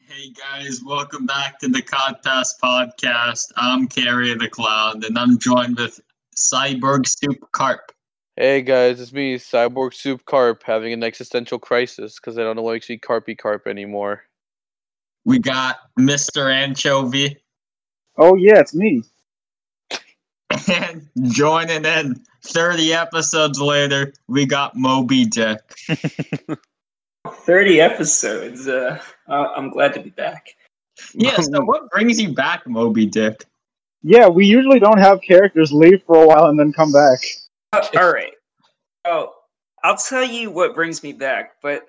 Hey guys, welcome back to the Contest Podcast. I'm Carrie the Clown, and I'm joined with Cyborg Soup Carp. Hey guys, it's me, Cyborg Soup Carp, having an existential crisis because I don't know what makes me Carpy Carp anymore. We got Mr. Anchovy, Oh yeah, it's me. and joining in 30 episodes later, we got Moby Dick. 30 episodes. Uh, I- I'm glad to be back. Yeah, so what brings you back, Moby Dick? Yeah, we usually don't have characters leave for a while and then come back. Uh, all right. Oh, I'll tell you what brings me back, but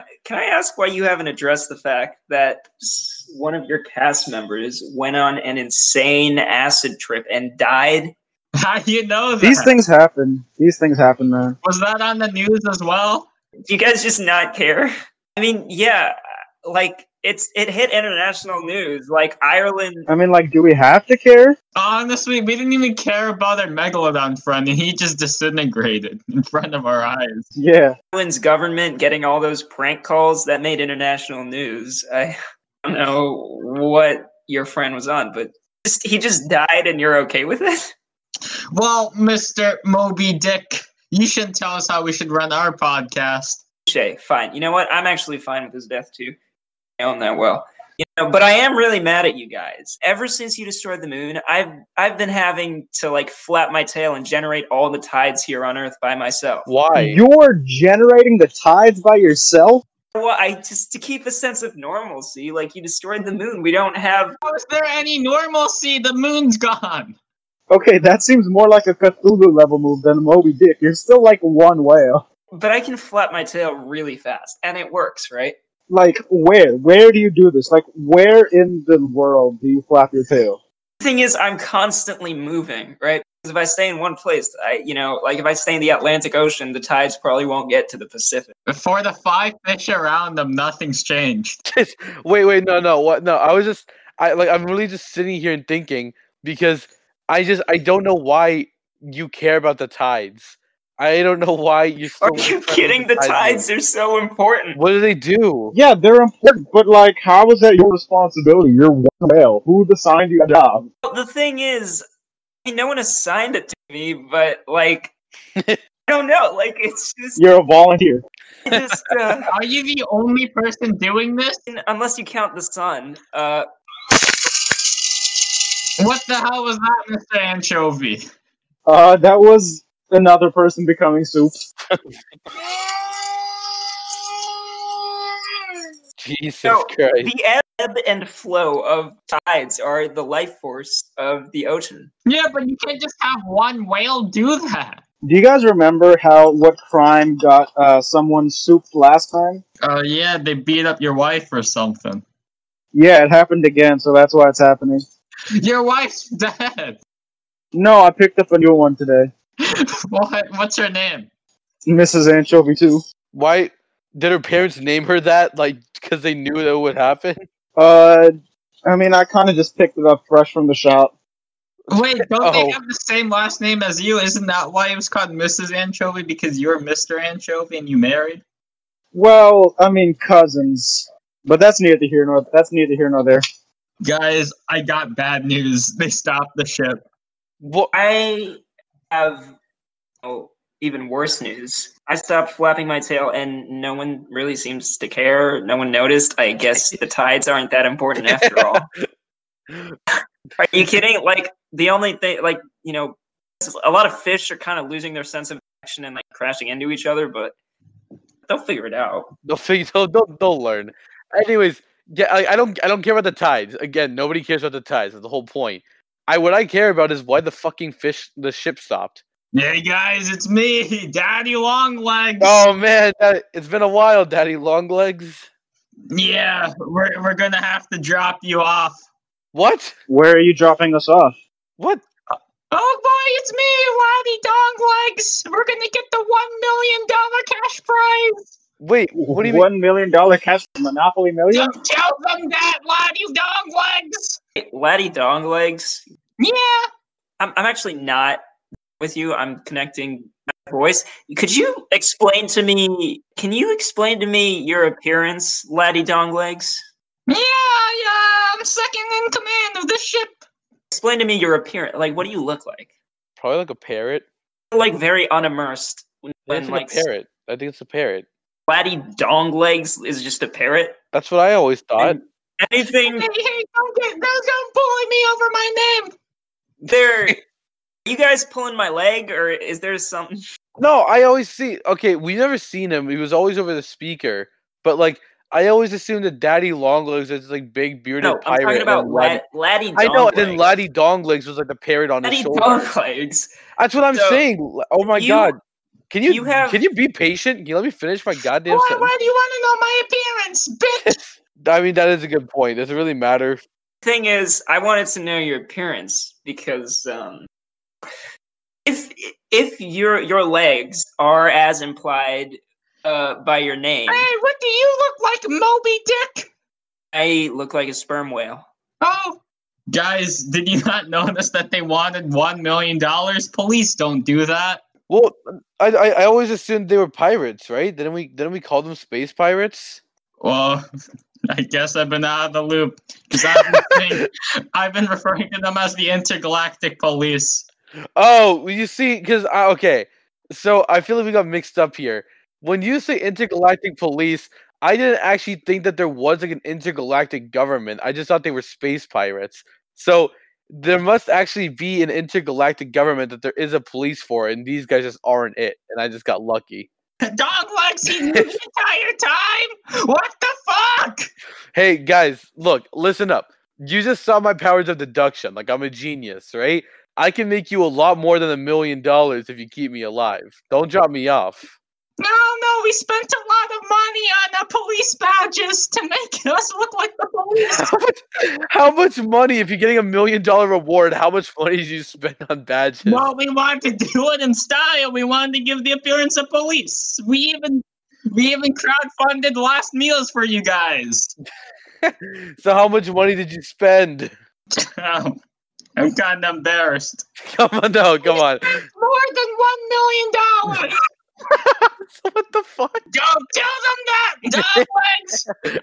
uh, can I ask why you haven't addressed the fact that s- one of your cast members went on an insane acid trip and died? How do you know that? These things happen. These things happen, man. Was that on the news as well? Do you guys just not care? I mean, yeah, like it's it hit international news. Like Ireland I mean, like, do we have to care? Honestly, we didn't even care about our megalodon friend, and he just disintegrated in front of our eyes. Yeah. Ireland's government getting all those prank calls that made international news. I don't know what your friend was on, but just, he just died, and you're okay with it. Well, Mr. Moby Dick, you shouldn't tell us how we should run our podcast. Shay, fine. You know what? I'm actually fine with his death too. I own that well. You know, but I am really mad at you guys. Ever since you destroyed the moon, I've I've been having to like flap my tail and generate all the tides here on Earth by myself. Why? You're generating the tides by yourself? Well, I just to keep a sense of normalcy. Like you destroyed the moon, we don't have How is there any normalcy? The moon's gone. Okay, that seems more like a Cthulhu level move than a Moby Dick. You're still like one whale. but I can flap my tail really fast, and it works, right? Like, where? Where do you do this? Like, where in the world do you flap your tail? The thing is, I'm constantly moving, right? Because if I stay in one place, I, you know, like if I stay in the Atlantic Ocean, the tides probably won't get to the Pacific. For the five fish around them, nothing's changed. wait, wait, no, no, what? No, I was just, I like, I'm really just sitting here and thinking because I just, I don't know why you care about the tides. I don't know why you. Still Are you kidding? The tides are so important. What do they do? Yeah, they're important, but like, how is that your responsibility? You're one whale. Who assigned you a job? Well, the thing is, I mean, no one assigned it to me, but like, I don't know. Like, it's just, You're a volunteer. I just uh, Are you the only person doing this? unless you count the sun. Uh, What the hell was that, Mr. Anchovy? Uh, that was another person becoming soup. Jesus No, Christ! the ebb and flow of tides are the life force of the ocean. Yeah, but you can't just have one whale do that. Do you guys remember how what crime got uh, someone souped last time? Oh, yeah, they beat up your wife or something. Yeah, it happened again, so that's why it's happening. Your wife's dead. No, I picked up a new one today. what? What's her name? Mrs. Anchovy too. Why did her parents name her that? Like, because they knew that would happen. Uh, I mean, I kind of just picked it up fresh from the shop. Wait, don't they Oh. have the same last name as you? Isn't that why it was called Mrs. Anchovy? Because you're Mr. Anchovy and you married? Well, I mean cousins, but that's neither here nor that's neither here nor there. Guys, I got bad news. They stopped the ship. What? I have oh, even worse news. I stopped flapping my tail, and no one really seems to care. No one noticed. I guess the tides aren't that important after all. Are you kidding? Like the only thing, like you know, a lot of fish are kind of losing their sense of action and like crashing into each other, but they'll figure it out. They'll figure. They'll, they'll, they'll learn. Anyways, yeah, I, I don't. I don't care about the tides. Again, nobody cares about the tides. That's the whole point. I what I care about is why the fucking fish the ship stopped. Hey guys, it's me, Daddy Longlegs. Oh man, that, it's been a while, Daddy Longlegs. Yeah, we're, we're gonna have to drop you off. What? Where are you dropping us off? What? Oh boy, it's me, Laddy Donglegs. We're gonna get the one million dollar cash prize. Wait, what do you mean? One million dollar cash from Monopoly Million? Don't tell them that, Laddy Donglegs. Laddie dong legs. Yeah. I'm, I'm actually not with you. I'm connecting my voice. Could you explain to me? Can you explain to me your appearance, Laddie Donglegs? Yeah, yeah, I'm second in command of this ship. Explain to me your appearance. Like, what do you look like? Probably like a parrot. Like very unimmersed. I When, think when it's like like a parrot. I think it's a parrot. splatty dong legs is just a parrot. That's what I always thought. Anything hey, don't get, don't, don't bully me over my name. there? You guys pulling my leg, or is there some? No, I always see. Okay, we never seen him. He was always over the speaker. But like, I always assumed that Daddy Longlegs is this, like big bearded No, I'm pirate. talking and about Laddie- lad- laddie. I know, and dong then legs. Laddie Donglegs was like the parrot on his laddie shoulder. dong legs. That's what I'm So, saying. L- Oh my you- god. Can you, you have- can you be patient? Can you let me finish my goddamn Why, sentence? why do you want to know my appearance, bitch? I mean that is a good point. Does it really matter? Thing is, I wanted to know your appearance because um, if if your your legs are as implied uh, by your name, hey, what do you look like, Moby Dick? I look like a sperm whale. Oh. Guys, did you not notice that they wanted $1 million? Police don't do that. Well, I, I I always assumed they were pirates, right? Didn't we didn't we call them space pirates? Well, I guess I've been out of the loop because I've, been saying- I've been referring to them as the intergalactic police. Oh, well, you see, because I okay, so I feel like we got mixed up here. When you say intergalactic police, I didn't actually think that there was like an intergalactic government. I just thought they were space pirates. So there must actually be an intergalactic government that there is a police for, and these guys just aren't it. And I just got lucky. Dog legs he knew the entire time. What the fuck? Hey guys, look, listen up. You just saw my powers of deduction. Like I'm a genius, right? I can make you a lot more than a million dollars if you keep me alive. Don't drop me off. No, no, we spent a lot of money on uh, police badges to make us look like the police. how much, how much money if you're getting a million dollar reward how much money did you spend on badges Well, we wanted to do it in style. We wanted to give the appearance of police. We even we even crowdfunded last meals for you guys. so how much money did you spend Um, I'm kind of embarrassed. come on no come on More than one million dollars. So what the fuck Don't tell them that, dog legs.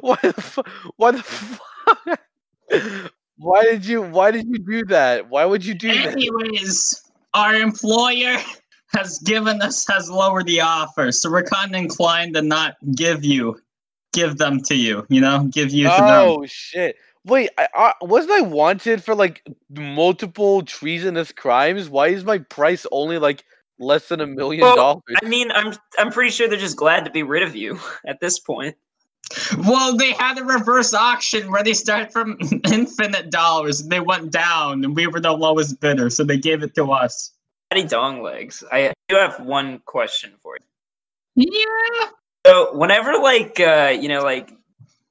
why the fu- why the fuck why did you why did you do that why would you do that Anyways, our employer has given us has lowered the offer, so we're kind of inclined to not give you, give them to you. You know, give you to them. oh shit wait I, I wasn't i wanted for like multiple treasonous crimes why is my price only like less than a million Well, dollars I mean, I'm I'm pretty sure they're just glad to be rid of you at this point. Well, they had a reverse auction where they started from infinite dollars and they went down, and we were the lowest bidder, so they gave it to us. Daddy dong legs. I do have one question for you. Yeah. So whenever like uh, you know like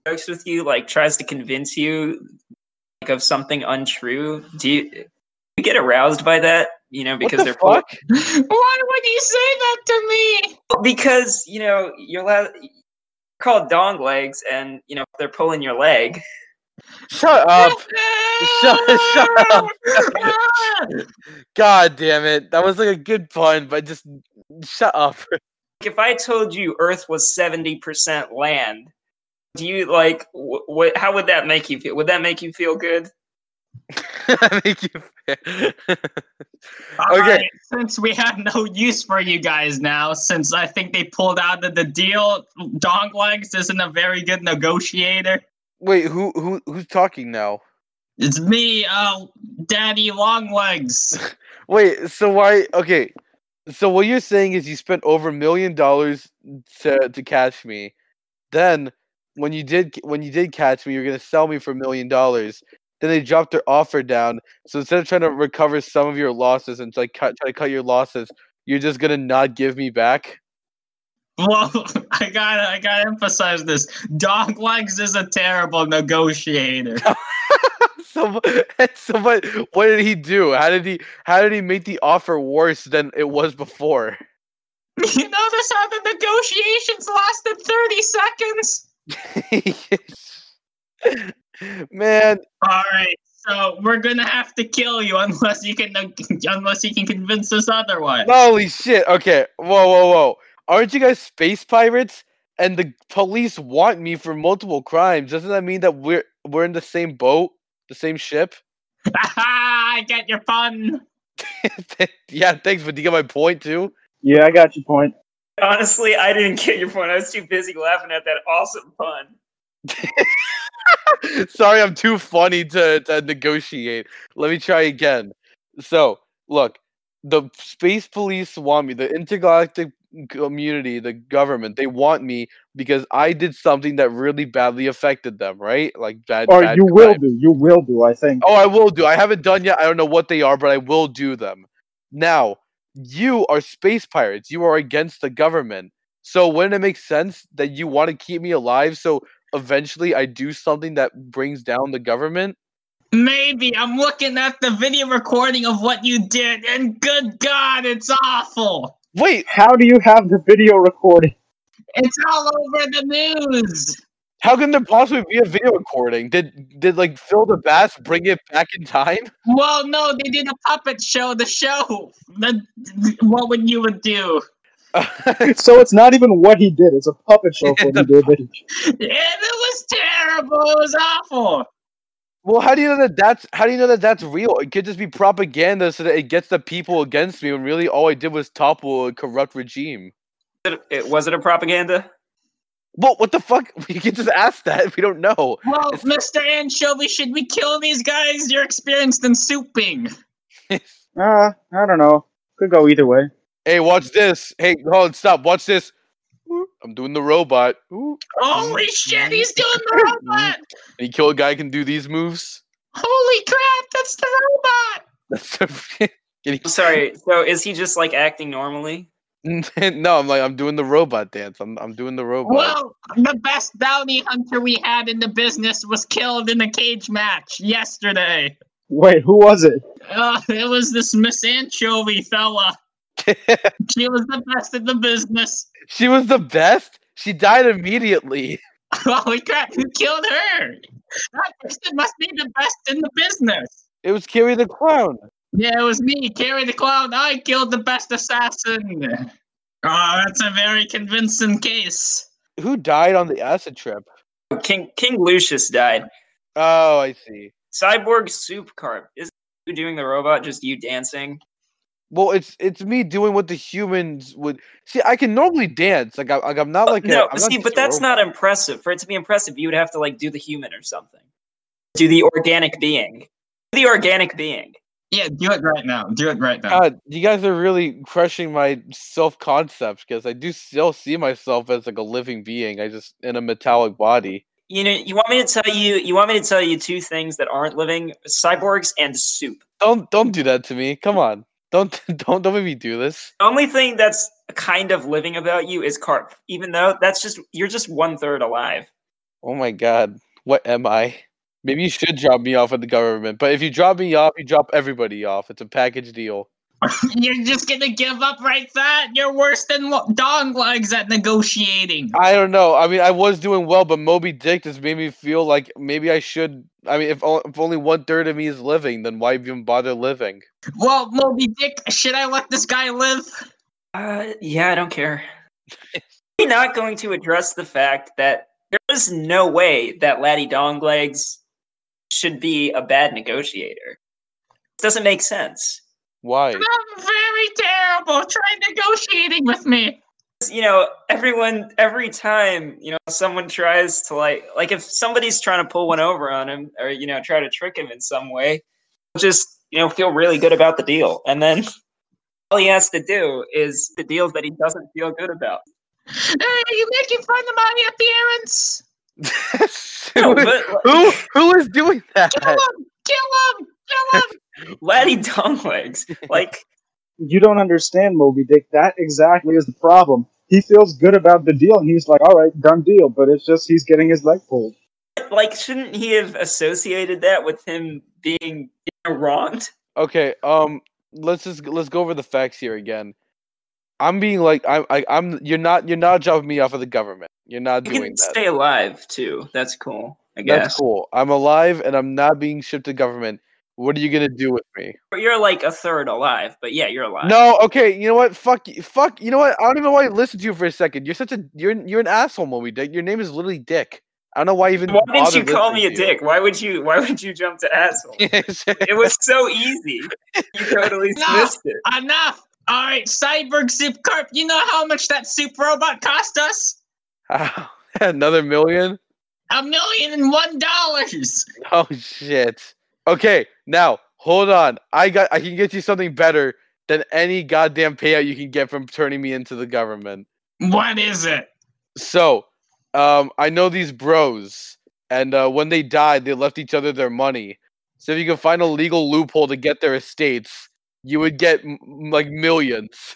jokes with you like tries to convince you like of something untrue, do you, you get aroused by that? You know because what the they're fuck? pull- Why would you say that to me? because you know you're la- called dong legs and you know they're pulling your leg. Shut up. Shut- shut up. Ah! God damn it. That was like a good pun, but just shut up. if I told you Earth was seventy percent land, do you like wh- what? How would that make you feel? Would that make you feel good? Make you fair. All Okay. right, since we have no use for you guys now, since I think they pulled out of the deal, Dong Legs isn't a very good negotiator. Wait, who who who's talking now? It's me, uh, Daddy Long Legs. Wait, so why okay. So what you're saying is you spent over a million dollars to to catch me. Then when you did when you did catch me, you're gonna sell me for a million dollars. Then they dropped their offer down. So instead of trying to recover some of your losses and like cut, try to cut your losses, you're just gonna not give me back. Well, I gotta, I gotta emphasize this. Dong Legs is a terrible negotiator. so, so what, what did he do? How did he how did he make the offer worse than it was before? you notice how the negotiations lasted 30 seconds? Man, All right, so we're gonna have to kill you unless you can, unless you can convince us otherwise. holy shit. Okay. Whoa, whoa, whoa. Aren't you guys space pirates? and the police want me for multiple crimes, doesn't that mean that we're we're in the same boat, the same ship? I get your pun. yeah, thanks, but do you get my point too? Yeah, I got your point. Honestly, I didn't get your point. I was too busy laughing at that awesome pun. Sorry, I'm too funny to, to negotiate. Let me try again. So, look, the space police want me, the intergalactic community, the government, they want me because I did something that really badly affected them, right? Like bad. Or bad you will crime. do. You will do. I think. Oh, I will do. I haven't done yet. I don't know what they are, but I will do them. Now, you are space pirates. You are against the government. So wouldn't it make sense that you want to keep me alive so eventually I do something that brings down the government? Maybe I'm looking at the video recording of what you did, and good God, it's awful. Wait, How do you have the video recording? It's all over the news. how can there possibly be a video recording? Did did like Phil the Bass bring it back in time? Well, no, they did a puppet show. The show. The, what would you would do? So it's not even what he did. It's a puppet show for what he did. but- And it was terrible. It was awful. well, how do you know that that's how do you know that that's real? It could just be propaganda so that it gets the people against me when really all I did was topple a corrupt regime. It, it- was it a propaganda? Well, what the fuck? You can just ask that if we don't know. Well, It's- Mr. Anchovy, should we kill these guys? You're experienced in souping. Uh, I don't know. Could go either way. Hey, watch this. Hey, hold on, stop. Watch this. Ooh, I'm doing the robot. Ooh, Holy shit, he's doing the robot! and you kill a guy who can do these moves. Holy crap, that's the robot! That's so freaking- I'm sorry. So is he just like acting normally? no, I'm like I'm doing the robot dance. I'm I'm doing the robot. Well, the best bounty hunter we had in the business was killed in a cage match yesterday. Wait, who was it? Uh, it was this Miss Anchovy fella. She was the best in the business. she was the best. She died immediately. Holy crap, who killed her? That person must be the best in the business. It was Carrie the clown. Yeah, it was me, Carrie the Clown. I killed the best assassin. Oh, that's a very convincing case. Who died on the acid trip? King King Lucius died. Oh, I see. Cyborg soup carp. Is you doing the robot just you dancing? Well, it's it's me doing what the humans would see. I can normally dance. Like I like I'm not like a- Uh, no, I'm see, just but a that's robot. not impressive. For it to be impressive, you would have to like do the human or something. Do the organic being. Do the organic being. Yeah, do it right now. Do it right now. God, you guys are really crushing my self concept because I do still see myself as like a living being. I just in a metallic body. You know, you want me to tell you you want me to tell you two things that aren't living, cyborgs and soup. Don't don't do that to me. Come on. Don't don't don't make me do this. The only thing that's kind of living about you is carp, even though that's just you're just one third alive. Oh my god. What am I? Maybe you should drop me off at the government, but if you drop me off, you drop everybody off. It's a package deal. You're just gonna give up right that? You're worse than lo- dog legs at negotiating. I don't know. I mean, I was doing well, but Moby Dick just made me feel like maybe I should. I mean, if, o- if only one third of me is living, then why even bother living? Well, Moby Dick, should I let this guy live? Uh, yeah, I don't care. We're not going to address the fact that there is no way that Laddie Donglegs should be a bad negotiator. It doesn't make sense. Why? I'm very terrible. Try negotiating with me. 'Cause, You know, everyone, every time, you know, someone tries to like, like if somebody's trying to pull one over on him or, you know, try to trick him in some way, just, you know, feel really good about the deal. And then all he has to do is the deals that he doesn't feel good about. Hey, you making fun of my appearance? No, Who- but- who who is doing that? Kill him! Kill him! Kill him! Laddie Donglegs. Like, You don't understand, Moby Dick. That exactly is the problem. He feels good about the deal, and he's like, "All right, done deal." But it's just he's getting his leg pulled. like, shouldn't he have associated that with him being you know, wronged? Okay, um, let's just let's go over the facts here again. I'm being like I'm I, I'm you're not you're not dropping me off of the government. You're not You doing can that. stay alive too. That's cool. I guess. That's cool. I'm alive and I'm not being shipped to government. What are you gonna do with me? But You're like a third alive, but yeah, you're alive. No, okay. You know what? Fuck you. Fuck. You know what? I don't even know why I listened to you for a second. You're such a you're you're an asshole, Moby Dick. Your name is literally Dick. I don't know why you even. Why didn't bother you call me a listening dick? Why would you? Why would you jump to asshole? to you. It was so easy. You totally No. missed it. Enough! All right, Cyborg Soup Corp. You know how much that soup robot cost us? Another million. A million and one dollars. Oh shit. Okay, now hold on. I got. I can get you something better than any goddamn payout you can get from turning me into the government. What is it? So, um, I know these bros, and uh, when they died, they left each other their money. So if you can find a legal loophole to get their estates, you would get m- m- like millions.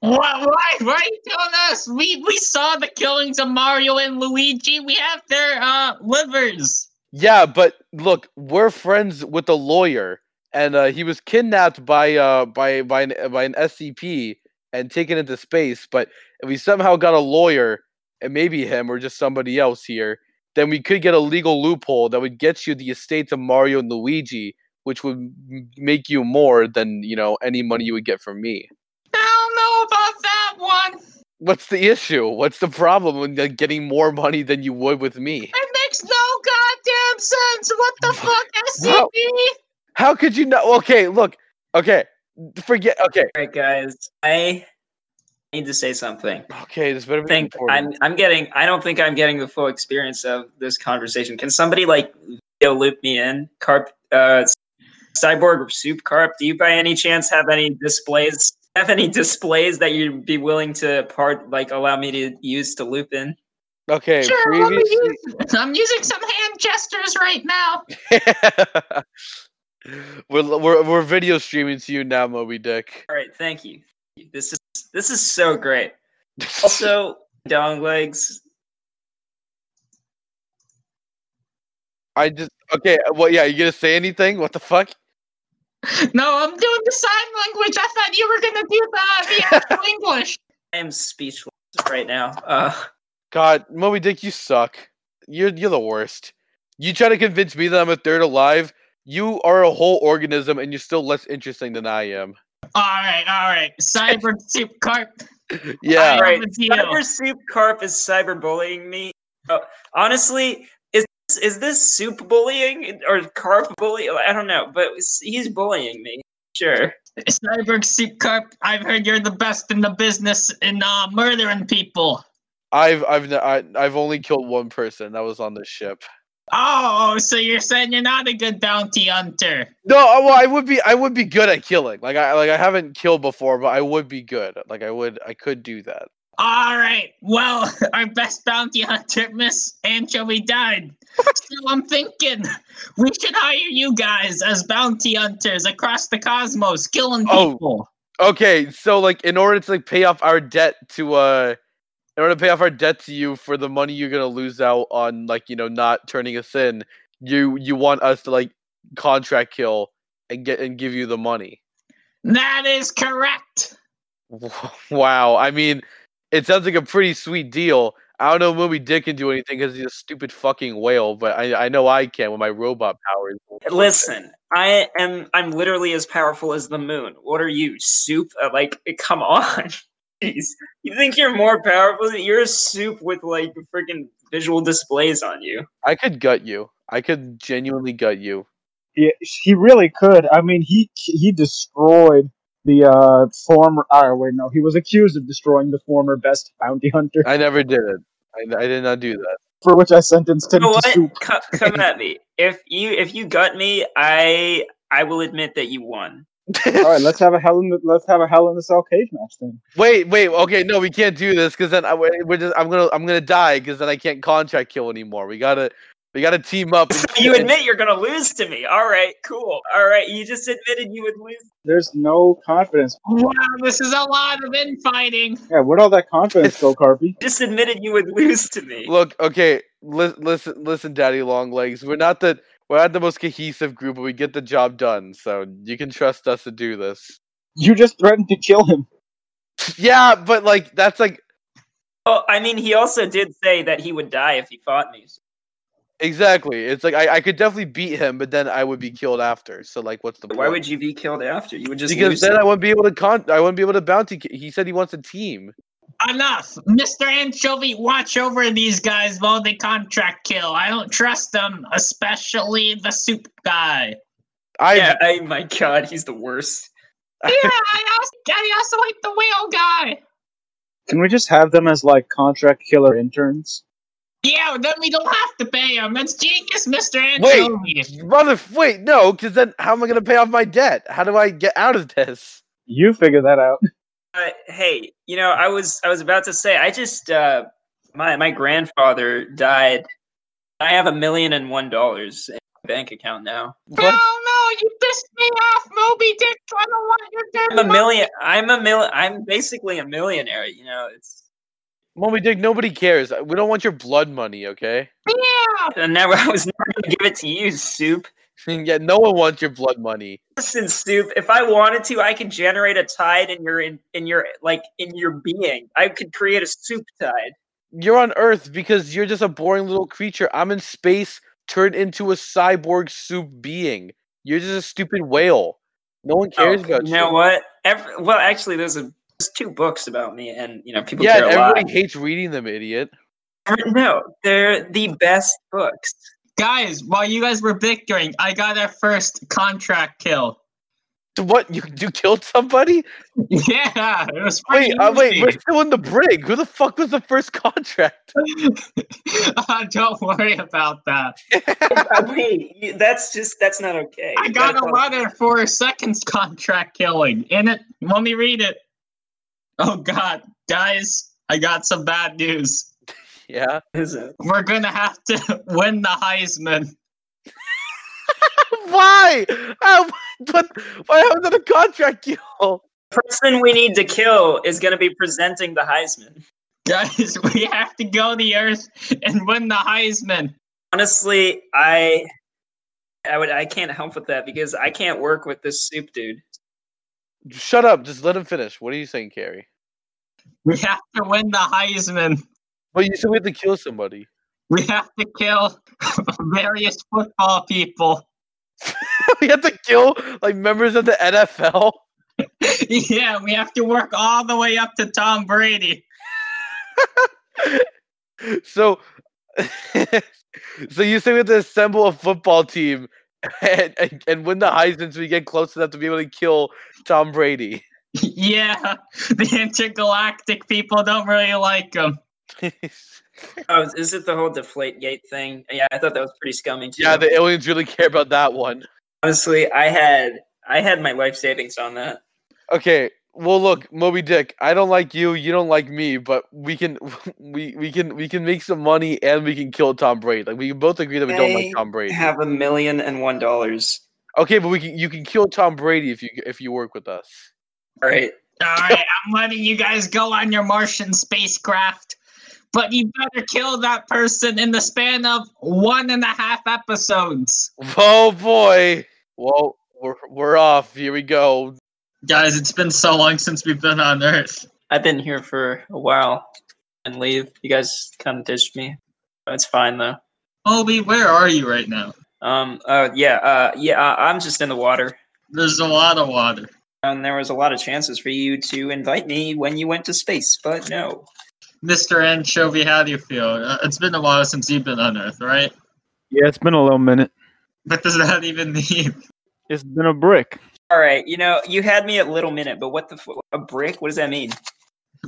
Why? Why? Why are you telling us? We we saw the killings of Mario and Luigi. We have their uh livers. Yeah, but look, we're friends with a lawyer, and uh, he was kidnapped by uh by by an, by an SCP and taken into space. But if we somehow got a lawyer, and maybe him or just somebody else here, then we could get a legal loophole that would get you the estates of Mario and Luigi, which would m- make you more than you know any money you would get from me. I don't know about that one. What's the issue? What's the problem with uh, getting more money than you would with me? It makes no goddamn sense. What the fuck, Wow. SCP? How could you not? Okay, look. Okay, forget. Okay. All right, guys. I need to say something. Okay, this better I be think I'm important. I'm getting I don't think I'm getting the full experience of this conversation. Can somebody like video loop me in? Carp uh Cyborg Soup Carp, do you by any chance have any displays have any displays that you'd be willing to part like allow me to use to loop in? okay, Sure, let me previously. use- I'm using some hand gestures right now. we're, l- we're we're video streaming to you now, Moby Dick. All right, thank you. This is this is so great. Also, dong legs. I just okay. Well, yeah, you gonna say anything? What the fuck? No, I'm doing the sign language. I thought you were gonna do the, the actual English. I am speechless right now. Uh God, Moby Dick, you suck. You're you're the worst. You try to convince me that I'm a third alive. You are a whole organism, and you're still less interesting than I am. All right, all right. Cyber Soup Carp. Yeah, have Alright, a deal. Cyber Soup Carp is cyberbullying me. Oh, honestly, is this, is this soup bullying or carp bullying? I don't know, but s- he's bullying me. Sure. Cyber Soup Carp. I've heard you're the best in the business in uh, murdering people. I've I've n- I, have i have i have only killed one person. That was on this ship. Oh, so you're saying you're not a good bounty hunter? No, uh, well, I would be, I would be good at killing. Like I, like I haven't killed before, but I would be good. Like I would, I could do that. All right. Well, our best bounty hunter, Miss Anchovy, died. so I'm thinking we should hire you guys as bounty hunters across the cosmos, killing Oh. people. Okay, so like in order to like pay off our debt to, uh, in order to pay off our debt to you for the money you're gonna lose out on, like you know, not turning us in, you you want us to like contract kill and get and give you the money. That is correct. Wow, I mean, it sounds like a pretty sweet deal. I don't know if Moby Dick can do anything because he's a stupid fucking whale, but I I know I can with my robot powers. Listen, I am. I'm literally as powerful as the moon. What are you, soup? Uh, like, come on. Jeez. You think you're more powerful? than- You're a soup with like freaking visual displays on you. I could gut you. I could genuinely gut you. He, he really could. I mean, he he destroyed the uh, former. Oh, wait, no, he was accused of destroying the former best bounty hunter, I never did it. I, I did not do that. for which I sentenced You him know to soup. what? Co- come at me. If you if you gut me, I I will admit that you won. All right, let's have a hell in the, let's have a hell in the cell cage match then. wait, wait. Okay, no, we can't do this because then I, we're we're just I'm gonna I'm gonna die because then I can't contract kill anymore. We gotta we gotta team up. and- you and- admit you're gonna lose to me. All right, cool. All right, you just admitted you would lose. There's no confidence. Wow, this is a lot of infighting. Yeah, where'd all that confidence go, Carpy? Just admitted you would lose to me. Look, okay, li- listen, listen, Daddy Long Legs. We're not the we're not the most cohesive group, but we get the job done. So you can trust us to do this. You just threatened to kill him. Yeah, but like that's like Well, I mean, he also did say that he would die if he fought me. Exactly. It's like I, I could definitely beat him, but then I would be killed after. So like, what's the point? Why would you be killed after? You would just because lose then it. I wouldn't be able to con. I wouldn't be able to bounty. ki- He said he wants a team. Enough, Mr. Anchovy. Watch over these guys while they contract kill. I don't trust them, especially the soup guy. I yeah, I, my God, he's the worst. Yeah, I also, I also hate the whale guy. Can we just have them as like contract killer interns? Yeah, then we don't have to pay him. That's genius, Mr. Wait. Anchovy. mother. Wait, no, because then how am I gonna pay off my debt? How do I get out of this? You figure that out. Uh, hey, you know, I was I was about to say, I just uh, my my grandfather died. I have a million and one dollars in my bank account now. No, What? no, you pissed me off, Moby Dick. I don't want your dirty I'm a money. million. I'm a million. I'm basically a millionaire. You know, it's Mommy Dick, nobody cares. We don't want your blood money, okay? Yeah. I never. I was never gonna give it to you, soup. yeah, no one wants your blood money. Listen, soup. If I wanted to, I could generate a tide in your in, in your like in your being. I could create a soup tide. You're on Earth because you're just a boring little creature. I'm in space, turned into a cyborg soup being. You're just a stupid whale. No one cares Oh, about you you. know what? Every, well, actually, there's a there's two books about me, and you know people yeah, care and a lot. everybody hates reading them, idiot. No, they're the best books. Guys, while you guys were bickering, I got our first contract kill. So What you you killed somebody? Yeah, it was Wait, pretty uh, wait, easy. we're still in the brig. Who the fuck was the first contract? Uh, don't worry about that. Uh, Wait, you- that's just that's not okay. I You got gotta a tell- letter for a seconds contract killing. In it, let me read it. Oh God, guys, I got some bad news. Yeah. Is it? We're gonna have to win the Heisman. Why? How, what, why was that a contract kill? The person we need to kill is gonna be presenting the Heisman. Guys, we have to go to the Earth and win the Heisman. Honestly, I I would I can't help with that because I can't work with this soup dude. Shut up. Just let him finish. What are you saying, Carrie? We have to win the Heisman. Well, you said we had to kill somebody. We have to kill various football people. we had to kill like members of the NFL. yeah, we have to work all the way up to Tom Brady. So, so you say we have to assemble a football team and, and, and win the Heisman so we get close enough to be able to kill Tom Brady. Yeah, the intergalactic people don't really like him. Oh, is- is it the whole deflate gate thing? Yeah, I thought that was pretty scummy too. yeah, the aliens really care about that one. honestly, I had I had my life savings on that. Okay. Well, look, Moby Dick. I don't like you. You don't like me. But we can, we we can we can make some money and we can kill Tom Brady. Like we can both agree that we don't like They Tom Brady. Have a million and one dollars. Okay, but we can you can kill Tom Brady if you if you work with us. All right. All right, I'm letting you guys go on your Martian spacecraft, but you better kill that person in the span of one and a half episodes. Oh boy. Well, we're we're off. Here we go. Guys, it's been so long since we've been on Earth. I've been here for a while and leave. You guys kind of ditched me. It's fine though. Moby, where are you right now? Um. Uh. Yeah. Uh. Yeah. Uh, I'm just in the water, There's a lot of water. and there was a lot of chances for you to invite me when you went to space, but no. Mr. Anchovy, how do you feel? Uh, It's been a while since you've been on Earth, right? Yeah, it's been a little minute. What does that even mean? It's been a brick. All right. You know, you had me at little minute, but what the f- a brick? What does that mean?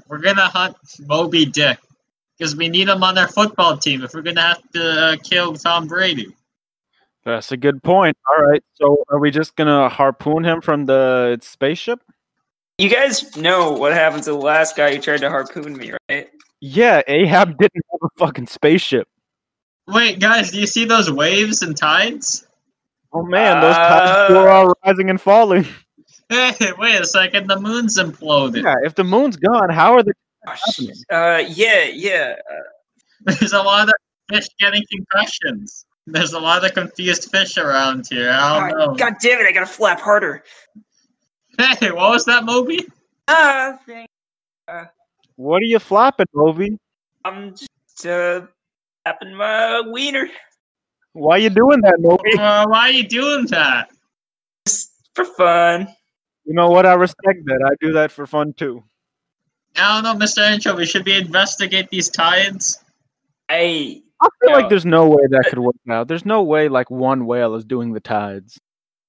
We're gonna hunt Moby Dick because we need him on our football team if we're gonna have to uh, kill Tom Brady. That's a good point. All right. So are we just gonna harpoon him from the spaceship? You guys know what happened to the last guy who tried to harpoon me, right? Yeah, Ahab didn't have a fucking spaceship. Wait, guys, do you see those waves and tides? Oh man, those clouds Uh, were all rising and falling. Hey, wait a second, the moon's imploded. Yeah, if the moon's gone, how are the happening? Uh. Yeah. Yeah. There's a lot of fish getting concussions. There's a lot of confused fish around here. I don't Ah, know. God damn it! I gotta flap harder. Hey, what was that, Moby? Ah. Thing. What are you flopping, Ovi? I'm just uh, flapping my wiener. Why you doing that, Moby? Uh, why are you doing that? Just for fun. You know what? I respect that. I do that for fun too. I don't know, Mr. Anchovy. Should we investigate these tie-ins? I I feel Yeah. like there's no way that could work out. There's no way like one whale is doing the tides.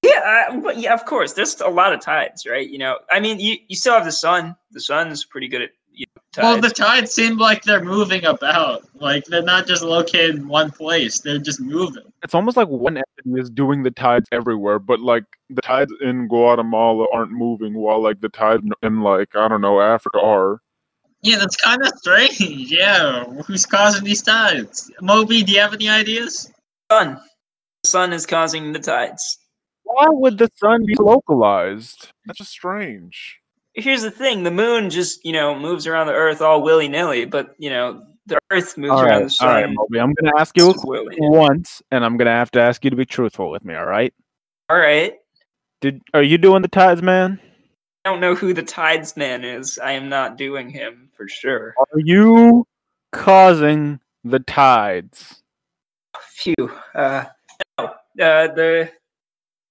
yeah, I, but yeah, of course. There's a lot of tides, right? You know, I mean, you, you still have the sun. The sun's pretty good at you know, tides. Well, the tides seem like they're moving about. Like they're not just located in one place. They're just moving. It's almost like one entity is doing the tides everywhere, but like the tides in Guatemala aren't moving, while like the tides in like I don't know Africa are. Yeah, that's kind of strange. Yeah, who's causing these tides? Moby, do you have any ideas? sun. The sun is causing the tides. Why would the sun be localized? That's just strange. Here's the thing: the moon just you know moves around the Earth all willy nilly, but you know the Earth moves All around right, the all right, sun. Moby. I'm gonna ask you a willy. once, and I'm gonna have to ask you to be truthful with me. All right? All right. Did are you doing the tides, man? I don't know who the tidesman is. I am not doing him for sure. Are you causing the tides? Phew. Uh, no. Uh, the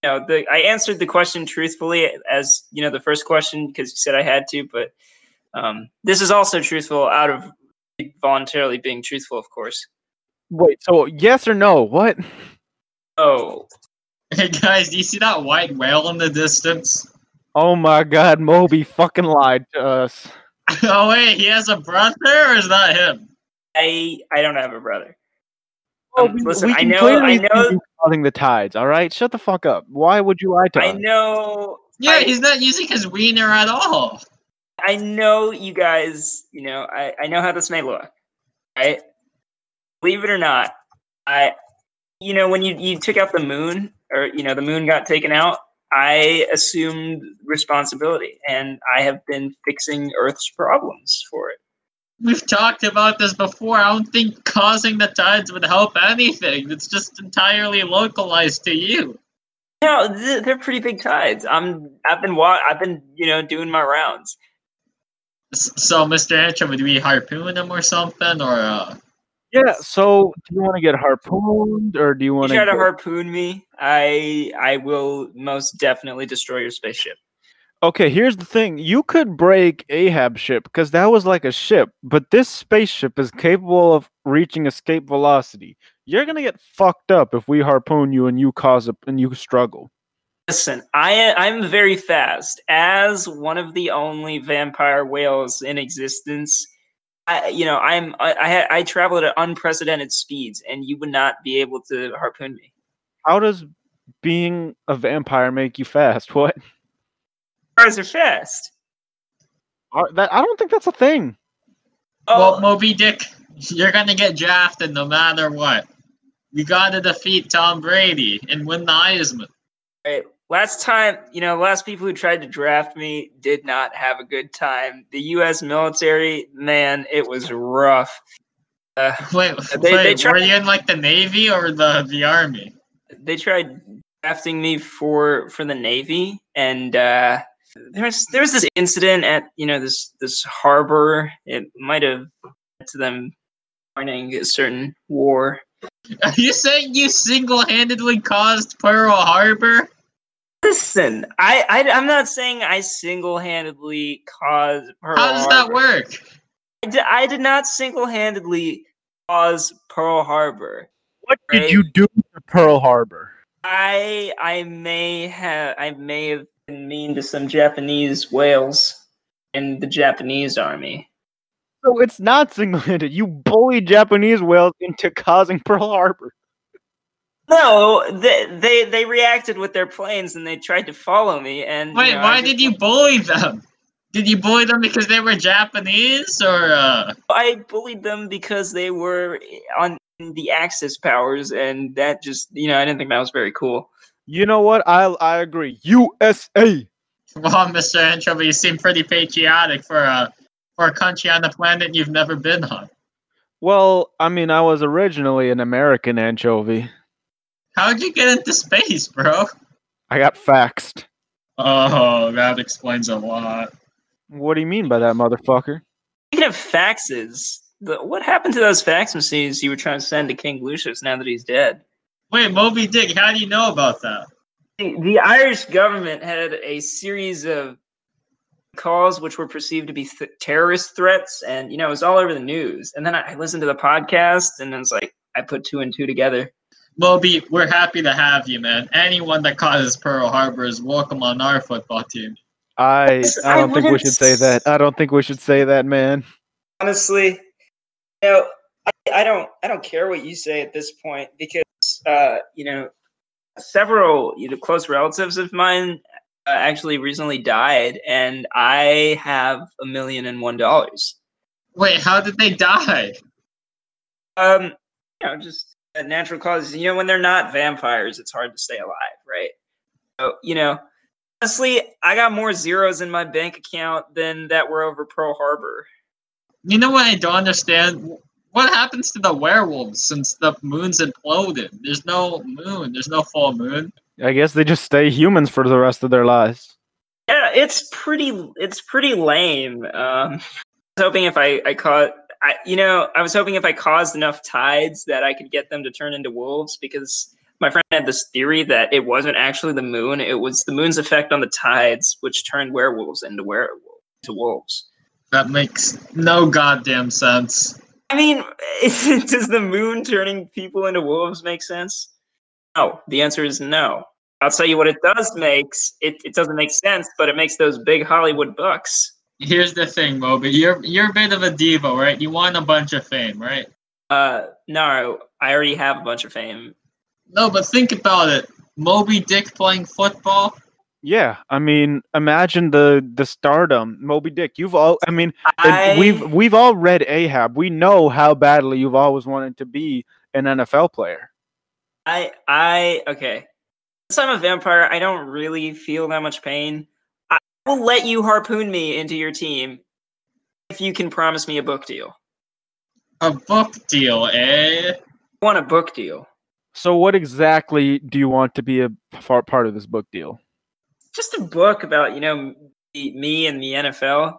you know the I answered the question truthfully as you know the first question because you said I had to, but um, this is also truthful out of voluntarily being truthful, of course. Wait. So yes or no? What? Oh, Hey guys, do you see that white whale in the distance? Oh my God, Moby fucking lied to us. oh wait, he has a brother, or is that him? I I don't have a brother. Um, Moby, listen, I can know- clearly I see know- you causing the tides. All right, shut the fuck up. Why would you lie to I us? know. Yeah, I- he's not using his wiener at all. I know you guys, you know, I, I know how this may look. Right? Believe it or not, I you know, when you, you took out the moon or you know, the moon got taken out, I assumed responsibility and I have been fixing Earth's problems for it. We've talked about this before. I don't think causing the tides would help anything. It's just entirely localized to you. No, th- they're pretty big tides. I'm I've been wa- I've been, you know, doing my rounds. S- So, Mr. Antrim, would we harpoon him or something? Or uh, Yeah. So do you want to get harpooned or do you You want try to harpoon me, I I will most definitely destroy your spaceship. Okay, here's the thing. You could break Ahab's ship because that was like a ship, but this spaceship is capable of reaching escape velocity. You're gonna get fucked up if we harpoon you and you cause a and you struggle. Listen, I I'm very fast. As one of the only vampire whales in existence, I you know I'm I I, ha- I travel at unprecedented speeds, and you would not be able to harpoon me. How does being a vampire make you fast? What? Cars are fast. Are- that- I don't think that's a thing. well, Oh, Moby Dick, you're gonna get drafted no matter what. You gotta defeat Tom Brady and win the Heisman. right. last time you know, last people who tried to draft me did not have a good time. The U.S. military, man, it was rough. Uh, Wait, They- they wait were tried- you in like the Navy or the the Army? they tried drafting me for for the navy and uh there was there was this incident at you know this this harbor it might have led to them joining a certain war Are you saying you single-handedly caused Pearl Harbor? listen i, I i'm not saying i single-handedly caused pearl How does that harbor. work? I did, I did not single-handedly cause pearl harbor What Right. did you do to Pearl Harbor? i i may have i may have been mean to some japanese whales in the japanese army So it's not single-handed. You bully Japanese whales into causing Pearl Harbor. No, they, they they reacted with their planes and they tried to follow me. And you Wait, know, I why just- did you bully them? Did you bully them because they were Japanese or uh, I bullied them because they were on the Axis powers, and that just you know I didn't think that was very cool. You know what? I I agree. USA. well, Mr. Antrova, you seem pretty patriotic for a for a country on the planet you've never been on. Well, I mean, I was originally an American anchovy. How'd you get into space, bro? I got faxed. Oh, that explains a lot. What do you mean by that, motherfucker? Speaking of faxes, the, what happened to those fax machines you were trying to send to King Lucius now that he's dead? Wait, Moby Dick, how do you know about that? The, the Irish government had a series of calls which were perceived to be th- terrorist threats, and you know it was all over the news. And then I I listened to the podcast, and then it's like I put two and two together. Moby, we're happy to have you, man. Anyone that causes Pearl Harbor is welcome on our football team. I I I don't think we wouldn't should say that. I don't think we should say that, man. Honestly, you know, I, I don't I don't care what you say at this point because uh, you know several you know, close relatives of mine uh, actually recently died, and I have a million and one dollars. Wait, how did they die? Um, you know, just uh, natural causes. You know, when they're not vampires, it's hard to stay alive, right? So, you know, honestly, I got more zeros in my bank account than that were over Pearl Harbor. You know what I don't understand? What happens to the werewolves since the moon's imploded? There's no moon, there's no full moon. I guess they just stay humans for the rest of their lives. Yeah, it's pretty. It's pretty lame. Um, I was hoping if I I caught. I, you know, I was hoping if I caused enough tides that I could get them to turn into wolves because my friend had this theory that it wasn't actually the moon; it was the moon's effect on the tides, which turned werewolves into werewolves to wolves. That makes no goddamn sense. I mean, does the moon turning people into wolves make sense? No. The answer is no. I'll tell you what it does makes. It, it doesn't make sense, but it makes those big Hollywood bucks. Here's the thing, Moby. You're you're a bit of a diva, right? You want a bunch of fame, right? Uh, no, I already have a bunch of fame. No, but think about it. Moby Dick playing football. Yeah, I mean, imagine the the stardom, Moby Dick. You've all, I mean, and I, we've we've all read Ahab. We know how badly you've always wanted to be an NFL player. I, I, okay. Since I'm a vampire, I don't really feel that much pain. I will let you harpoon me into your team if you can promise me a book deal. A book deal, eh? I want a book deal. So, what exactly do you want to be a far part of this book deal? just a book about you know me me and the NFL.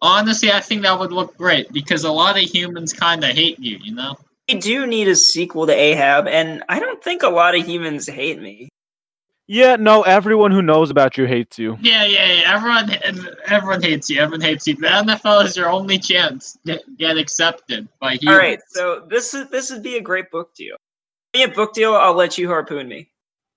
Honestly, I think that would look great because a lot of humans kind of hate you, you know? I do need a sequel to Ahab, and I don't think a lot of humans hate me. Yeah, no, everyone who knows about you hates you. Yeah, yeah, yeah. Everyone, everyone hates you. Everyone hates you. The NFL is your only chance to get accepted by humans. All right, so this is this would be a great book deal. Be a book deal. I'll let you harpoon me.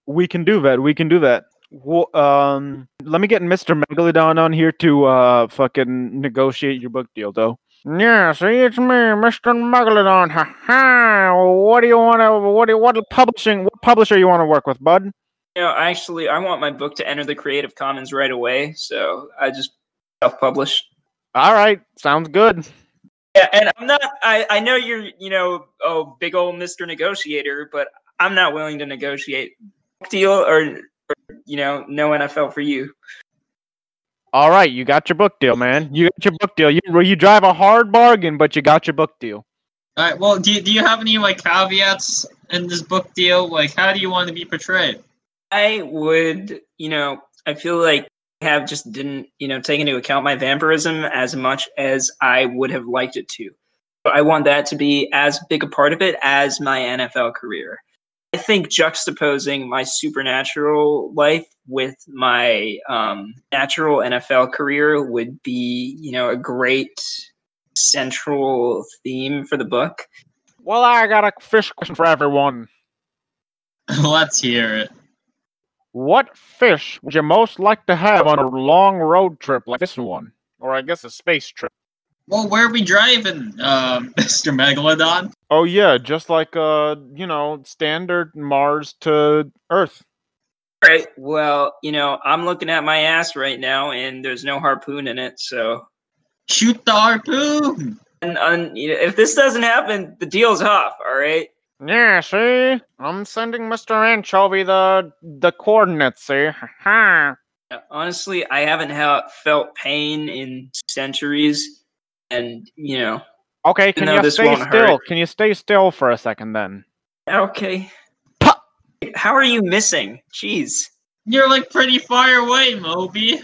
We can do that. We can do that. Wha- um, let me get Mr. Megalodon on here to uh fucking negotiate your book deal, though. Yeah, see, it's me, Mr. Megalodon. Ha ha. What do you want to? What do? What publishing? What publisher you want to work with, bud? You know, actually, I want my book to enter the Creative Commons right away, so I just self-publish. All right, sounds good. Yeah, and I'm not. I I know you're you know oh big old Mister Negotiator, but I'm not willing to negotiate book deal or, or you know no NFL for you. All right, you got your book deal, man. You got your book deal. You you drive a hard bargain, but you got your book deal. All right. Well, do you, do you have any like caveats in this book deal? Like, how do you want to be portrayed? I would, you know, I feel like I have just didn't, you know, take into account my vampirism as much as I would have liked it to. But I want that to be as big a part of it as my NFL career. I think juxtaposing my supernatural life with my um, natural NFL career would be, you know, a great central theme for the book. Well, I got a fish question for everyone. Let's hear it. What fish would you most like to have on a long road trip like this one? Or I guess a space trip. Well, where are we driving, uh, Mr. Megalodon? Oh yeah, just like uh, you know, standard Mars to Earth. All right. Well, you know, I'm looking at my ass right now, and there's no harpoon in it. So, Shoot the harpoon. and, and you know, if this doesn't happen, the deal's off. All right. Yeah, see? I'm sending Mr. Anchovy the the coordinates, see? Ha Honestly, I haven't ha- felt pain in centuries, and you know, Okay, can No, you this stay won't hurt. still? Can you stay still for a second then? okay. Puh. How are you missing? Jeez. You're like pretty far away, Moby.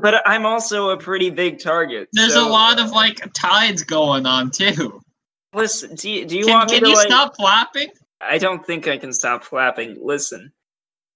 But I'm also a pretty big target. There's so- a lot of like tides going on too. Listen, do you, do you can want me can to you like? stop flapping? I don't think I can stop flapping. Listen,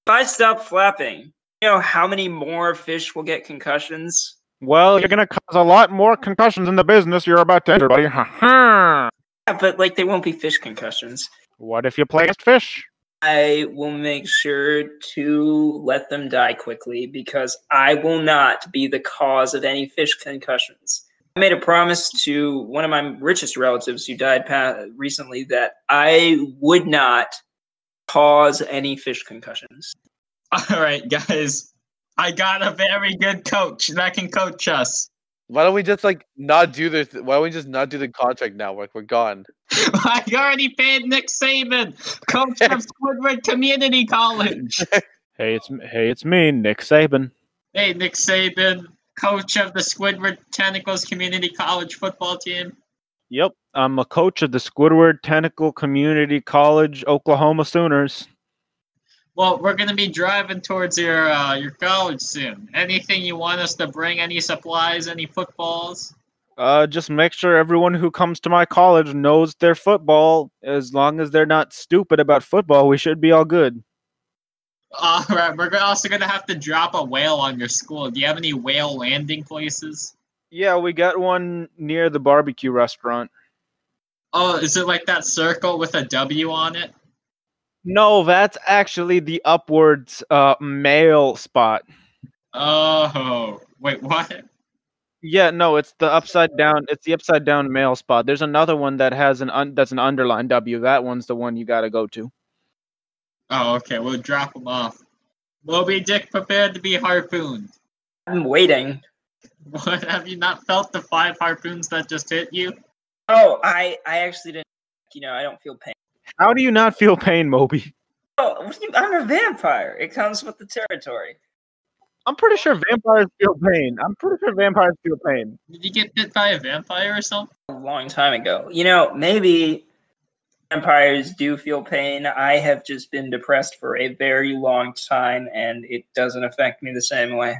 if I stop flapping, you know how many more fish will get concussions? Well, you're gonna cause a lot more concussions in the business you're about to enter, buddy. Ha ha! Yeah, but like they won't be fish concussions. What if you play against fish? I will make sure to let them die quickly because I will not be the cause of any fish concussions. I made a promise to one of my richest relatives who died pa- recently that I would not cause any fish concussions. All right, guys. I got a very good coach that can coach us. Why don't we just like not do this? Why don't we just not do the contract now? Like we're gone. I already paid Nick Saban, coach of Squidward Community College. Hey, it's hey, it's me, Nick Saban. Hey, Nick Saban, coach of the Squidward Tentacles Community College football team. Yep, I'm a coach of the Squidward Tentacle Community College, Oklahoma Sooners. Well, we're gonna be driving towards your uh, your college soon. Anything you want us to bring? Any supplies? Any footballs? Uh, just make sure everyone who comes to my college knows their football. As long as they're not stupid about football, we should be all good. All right, we're gonna- also gonna have to drop a whale on your school. Do you have any whale landing places? Yeah, we got one near the barbecue restaurant. Oh, is it like that circle with a W on it? No, that's actually the upwards uh, male spot. Oh, wait, what? Yeah, no, it's the upside down. It's the upside down male spot. There's another one that has an un- that's an underline W. That one's the one you got to go to. Oh, okay. We'll drop him off. Moby Dick prepared to be harpooned. I'm waiting. What have you not felt the five harpoons that just hit you? Oh, I I actually didn't. You know, I don't feel pain. How do you not feel pain, Moby? Oh, what do you- I'm a vampire. It comes with the territory. I'm pretty sure vampires feel pain. I'm pretty sure vampires feel pain. Did you get bit by a vampire or something? a long time ago. You know, maybe vampires do feel pain. I have just been depressed for a very long time and it doesn't affect me the same way.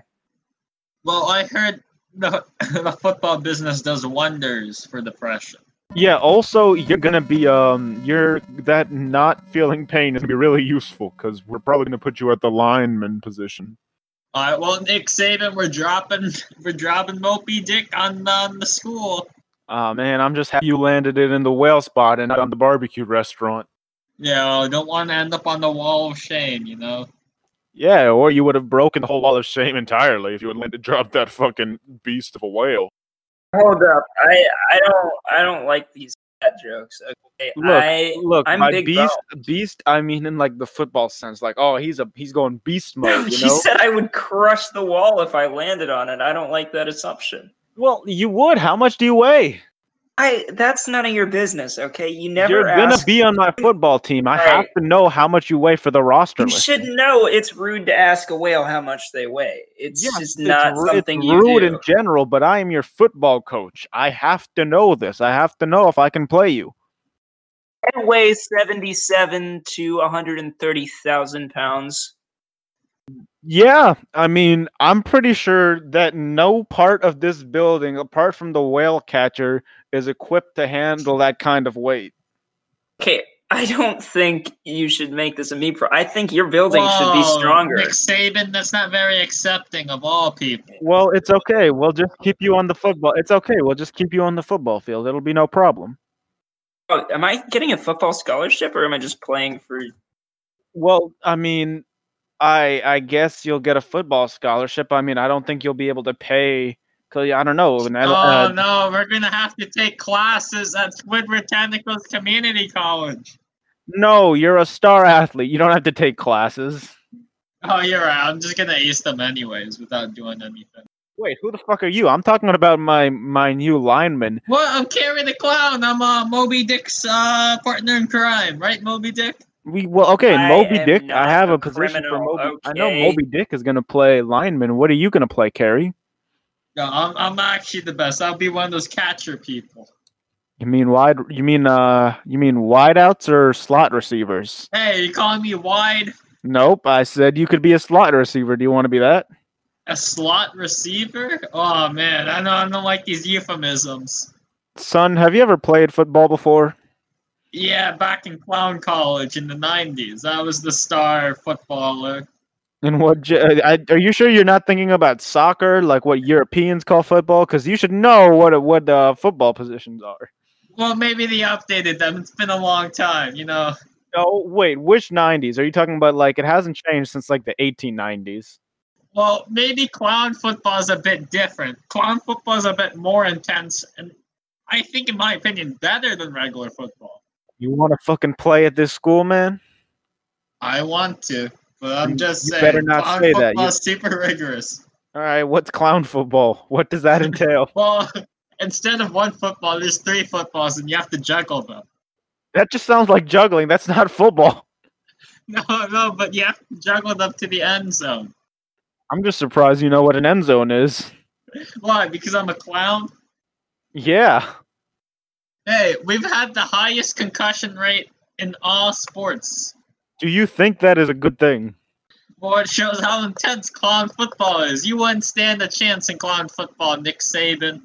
Well, I heard the, the football business does wonders for depression. Yeah. Also, you're gonna be um, you're that not feeling pain is gonna be really useful because we're probably gonna put you at the lineman position. All right. Well, Nick Saban, we're dropping we're dropping Moby Dick on on the school. Ah man, I'm just happy you landed it in the whale spot and not on the barbecue restaurant. You know, don't want to end up on the wall of shame. You know. Yeah, or you would have broken the whole wall of shame entirely if you had let it drop that fucking beast of a whale. Hold up. I I don't I don't like these fat jokes. Okay. Look, I Look, I'm by big beast, beast, I mean in like the football sense, like oh, he's a he's going beast mode, you She know. said I would crush the wall if I landed on it. I don't like that assumption. well, you would. How much do you weigh? I that's none of your business, okay? You never You're gonna ask be on my football team. I have Right. to know how much you weigh for the roster. you list. should know it's rude to ask a whale how much they weigh. It's Yes, just not ru- something you rude do. in general, but I am your football coach. I have to know this. I have to know if I can play you. I weigh 77 to 130,000 pounds. Yeah, I mean, I'm pretty sure that no part of this building, apart from the whale catcher, is equipped to handle that kind of weight. Okay, I don't think you should make this a me pro. I think your building should be Whoa, stronger. Nick Saban, that's not very accepting of all people. Well, it's okay. We'll just keep you on the football. It's okay. We'll just keep you on the football field. It'll be no problem. Oh, am I getting a football scholarship or am I just playing for? Well, I mean, I I guess you'll get a football scholarship. I mean, I don't think you'll be able to pay. Cause I don't know. an ad- uh, Oh no, we're gonna have to take classes at Squidward Tentacles Community College. No, you're a star athlete. You don't have to take classes. Oh, you're right. I'm just gonna ace them anyways without doing anything. Wait, who the fuck are you? I'm talking about my my new lineman. Well, I'm Carrie the Clown. I'm uh, Moby Dick's uh, partner in crime, right, Moby Dick? We well, okay, I Moby am Dick. I not have a a position for criminal, Moby. I know okay? Moby Dick is gonna play lineman. What are you gonna play, Kerry? No, I'm, I'm actually the best. I'll be one of those catcher people. You mean wide? You mean uh? You mean wideouts or slot receivers? Hey, you calling me wide? Nope. I said you could be a slot receiver. Do you want to be that? A slot receiver? Oh man, I know I don't like these euphemisms. Son, have you ever played football before? Yeah, back in Clown College in the 90s. I was the star footballer. And what? ge- I, are you sure you're not thinking about soccer, like what Europeans call football? Because you should know what what uh, football positions are. Well, maybe they updated them. It's been a long time, you know. No, wait, which '90s are you talking about? Like it hasn't changed since like the 1890s. Well, maybe clown football's a bit different. Clown football's a bit more intense and I think in my opinion better than regular football. You want to fucking play at this school, man? I want to, but I'm You- just you saying better not clown say that. You- football's super rigorous. All right, what's clown football? What does that entail? Well, instead of one football, there's three footballs and you have to juggle them. that just sounds like juggling. That's not football. No, no, but you have to juggle them to the end zone. I'm just surprised you know what an end zone is. Why? Because I'm a clown? Yeah. Hey, we've had the highest concussion rate in all sports. Do you think that is a good thing? Well, it shows how intense clown football is. You wouldn't stand a chance in clown football, Nick Saban.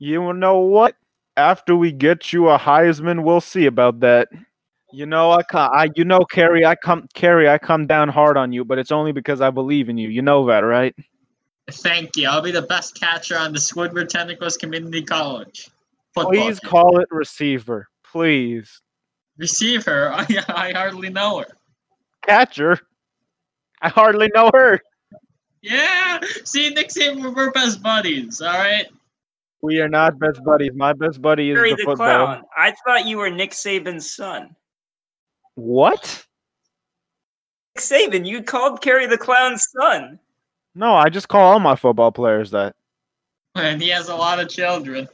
You know what? After we get you a Heisman, we'll see about that. You know, I, ca- I you know, Carrie, I come, Carrie, I come down hard on you, but it's only because I believe in you. You know that, right? Thank you. I'll be the best catcher on the Squidward Tentacles Community College. Football Please team. call it receiver, please. receive her. I, I hardly know her. Catcher, I hardly know her. Yeah. See, Nick Saban, we're best buddies. All right. We are not best buddies. My best buddy is Harry the, the football. Clown. I thought you were Nick Saban's son. What? Nick Saban, you called Carrie the Clown's son. No, I just call all my football players that. And he has a lot of children.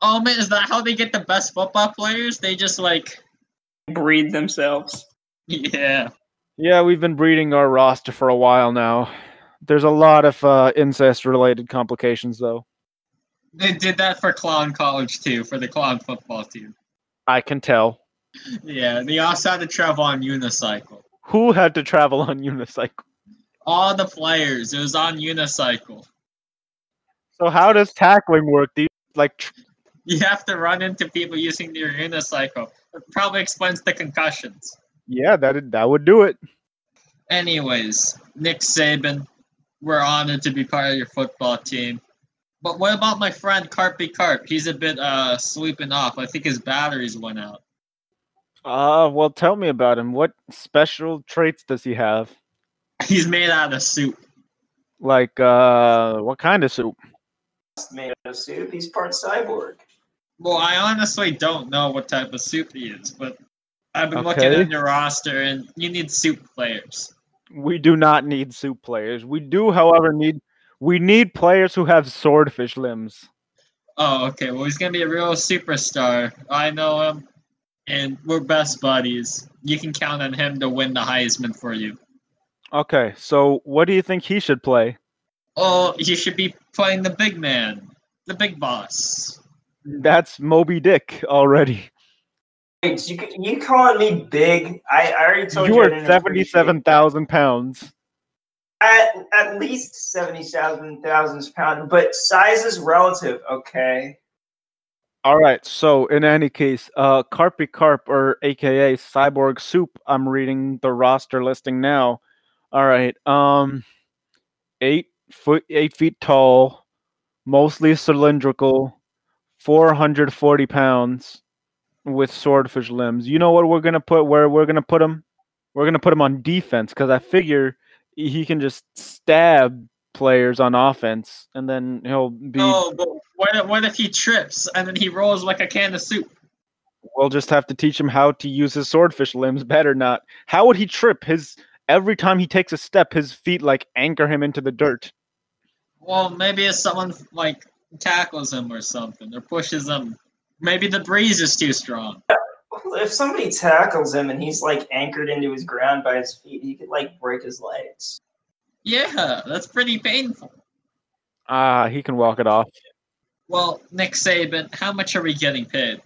Oh man, is that how they get the best football players? They just like, Breed themselves. yeah. Yeah, we've been breeding our roster for a while now. There's a lot of uh, incest-related complications, though. They did that for Clown College too, for the Clown football team. I can tell. Yeah, they also had to travel on unicycle. Who had to travel on unicycle? All the players, it was on unicycle. So how does tackling work? Do you like? Tr- You have to run into people using their unicycle. It probably explains the concussions. yeah, that that would do it. Anyways, Nick Saban, we're honored to be part of your football team. But what about my friend Carpy Carp? He's a bit uh sleeping off. I think his batteries went out. Uh, well, tell me about him. What special traits does he have? He's made out of soup. Like, uh, what kind of soup? Made out of soup. He's part cyborg. Well, I honestly don't know what type of soup he is, but I've been looking Okay. at your roster, and you need soup players. We do not need soup players. We do, however, need we need players who have swordfish limbs. Oh, okay. Well, he's gonna be a real superstar. I know him, and we're best buddies. You can count on him to win the Heisman for you. Okay, so what do you think he should play? Oh, you should be playing the big man, the big boss. That's Moby Dick already. Wait, you, you calling me big? I, I already told you. you I are didn't appreciate seventy-seven thousand pounds. At, at least 70,000 thousands pound, but size is relative, okay? All right. So in any case, uh, Carpy Carp or AKA Cyborg Soup. I'm reading the roster listing now. All right. Um, eight foot, eight feet tall, mostly cylindrical, four hundred forty pounds, with swordfish limbs. You know what we're gonna put? Where we're gonna put him? We're gonna put him on defense because I figure he can just stab players on offense, and then he'll be. No, Oh, but what if, what if he trips and then he rolls like a can of soup? We'll just have to teach him how to use his swordfish limbs better not. How would he trip? His every time he takes a step, his feet like anchor him into the dirt. Well, maybe if someone like tackles him or something or pushes him, maybe the breeze is too strong. Well, If somebody tackles him and he's like anchored into his ground by his feet, he could like break his legs. Yeah, that's pretty painful. Ah, he can walk it off. Well, Nick Saban, how much are we getting paid?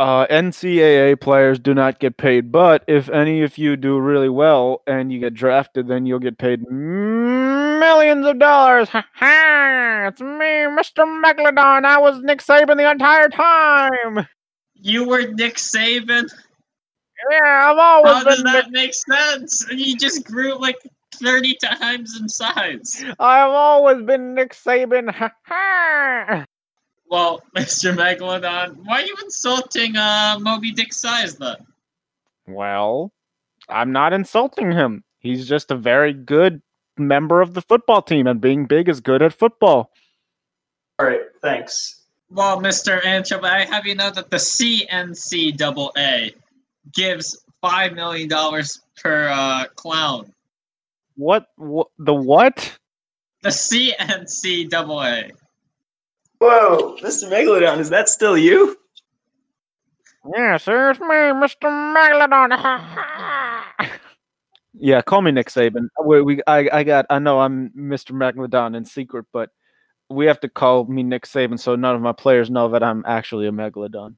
Uh, NCAA players do not get paid, but if any of you do really well and you get drafted, then you'll get paid millions of dollars. Ha ha! It's me, Mr. Megalodon. I was Nick Saban the entire time. You were Nick Saban. Yeah, I've How always does been. that make sense? And he just grew like 30 times in size. I've always been Nick Saban. Ha ha. Well, Mr. Megalodon, why are you insulting uh, Moby Dick's size, though? Well, I'm not insulting him. He's just a very good member of the football team, and being big is good at football. All right, thanks. Well, Mr. Anchob, I have you know that the CNCAA gives $5 million per uh, clown. What, what the what? The CNCAA. Whoa, Mr. Megalodon, is that still you? Yeah, sir, it's me, Mr. Megalodon. Ha ha. Yeah, call me Nick Saban. We, we, I, I got, I know I'm Mr. Megalodon in secret, but we have to call me Nick Saban so none of my players know that I'm actually a Megalodon.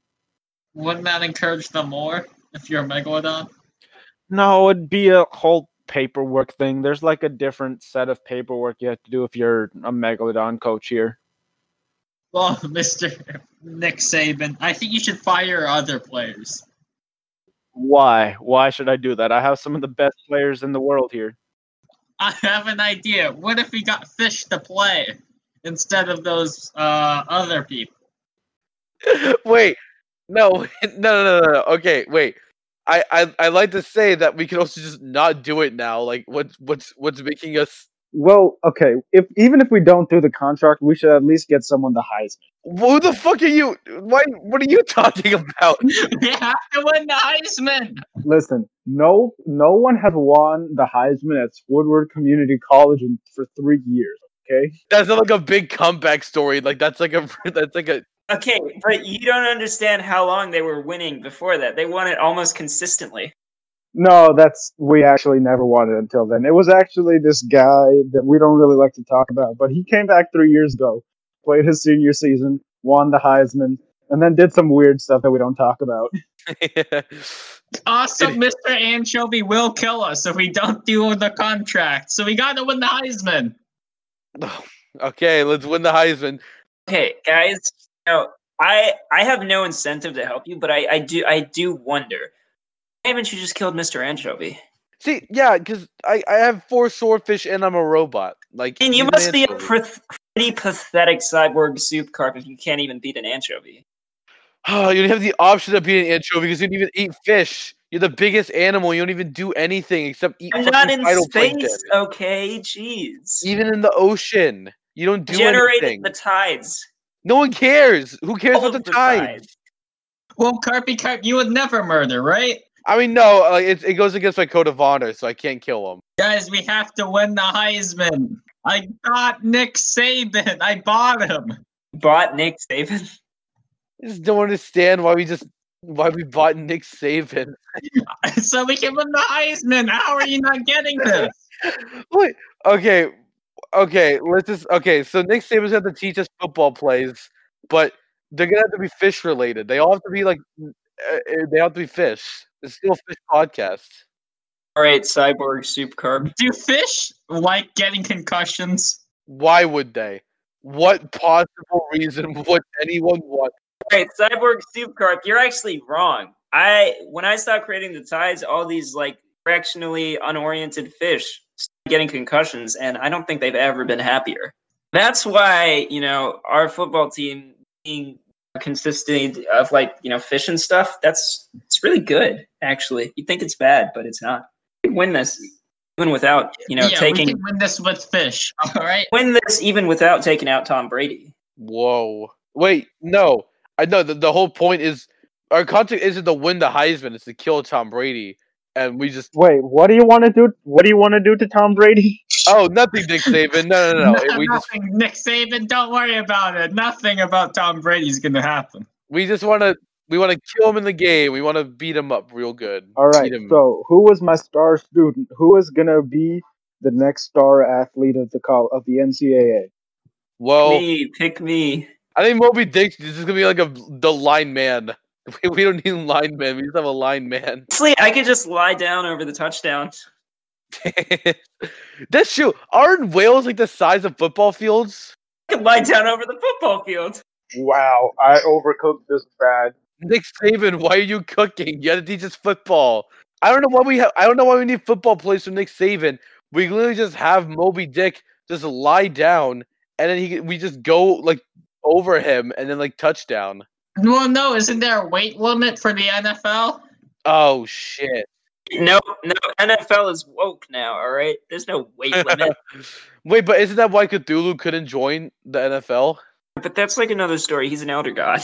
Wouldn't that encourage them more if you're a Megalodon? No, it'd be a whole paperwork thing. There's like a different set of paperwork you have to do if you're a Megalodon coach here. Well, Mr. Nick Saban, I think you should fire other players. Why? Why should I do that? I have some of the best players in the world here. I have an idea. What if we got fish to play instead of those uh, other people? wait, no, no, no, no, no. Okay, wait. I, I I like to say that we can also just not do it now. Like, what's what's what's making us? Well, okay. If even if we don't do the contract, we should at least get someone the Heisman. Who the fuck are you? Why? What are you talking about? they have to win the Heisman. Listen, no, no one has won the Heisman at Woodward Community College in, for three years. Okay, That's not like a big comeback story. Like that's like a that's like a Okay, but you don't understand how long they were winning before that. They won it almost consistently. no, that's we actually never won it until then. It was actually this guy that we don't really like to talk about, but he came back three years ago, played his senior season, won the Heisman, and then did some weird stuff that we don't talk about. Also, Mr. Anchovy will kill us if we don't do the contract. So we got to win the Heisman. okay. Let's win the Heisman. Okay, guys, you know, I I have no incentive to help you, but I, I do I do wonder. Why haven't you just killed Mr. Anchovy? See, yeah, because I I have four swordfish and I'm a robot. Like, I mean, you he's an must be a anchovy. pr- pretty pathetic cyborg soup carp if you can't even beat an anchovy. Oh, you don't have the option of being an anchovy because you don't even eat fish. You're the biggest animal. You don't even do anything except eat. I'm not fucking in phytoplankton. space, okay? Jeez. Even in the ocean, you don't do Generated anything. the tides. no one cares. Who cares All about the of the tide? tides. Well, Carpy Carp, you would never murder, right? I mean, no, like it, it goes against my code of honor, so I can't kill him. Guys, we have to win the Heisman. I got Nick Saban. I bought him. Bought Nick Saban. I just don't understand why we just why we bought Nick Saban. So we can win the Heisman. How are you not getting this? Wait, okay, okay, let's just okay. So Nick Saban's gonna have to teach us football plays, but they're gonna have to be fish related. They all have to be like n- uh, uh, they have to be fish. It's still a fish podcast. All right, cyborg soup carp. Do fish like getting concussions? Why would they? What possible reason would anyone want? All right, cyborg soup carp. You're actually wrong. I when I stopped creating the tides, all these like fractionally unoriented fish started getting concussions, and I don't think they've ever been happier. That's why you know our football team being consistent of like you know fish and stuff. That's it's really good actually. You think it's bad, but it's not. We can win this even without you know yeah, taking we can win this with fish. All right. win this even without taking out Tom Brady. Whoa! Wait, no, I know the, the whole point is our content isn't to win the Heisman; it's to kill Tom Brady, and we just Wait, what do you want to do? What do you want to do to Tom Brady? oh nothing, Nick Saban. No, no, no. No, we just nothing. Nick Saban, don't worry about it. Nothing about Tom Brady's gonna happen. We just want to we want to kill him in the game. We want to beat him up real good. All right. Beat him. So, who was my star student? Who is gonna be the next star athlete of the call of the NCAA? well, me, pick me. I think Moby Dick is just gonna be like a the line man. We, we don't need a line man. We just have a line man. Honestly, I could just lie down over the touchdown. That's true. Aren't whales like the size of football fields? I could lie down over the football field. Wow, I overcooked this bad. Nick Saban, why are you cooking? You had to teach us football. I don't know why we have. I don't know why we need football plays from Nick Saban. We literally just have Moby Dick just lie down, and then he we just go like over him, and then like touchdown. Well, no, isn't there a weight limit for the NFL? Oh shit! No, no, NFL is woke now. All right, there's no weight limit. Wait, but isn't that why Cthulhu couldn't join the NFL? but that's like another story. He's an elder god.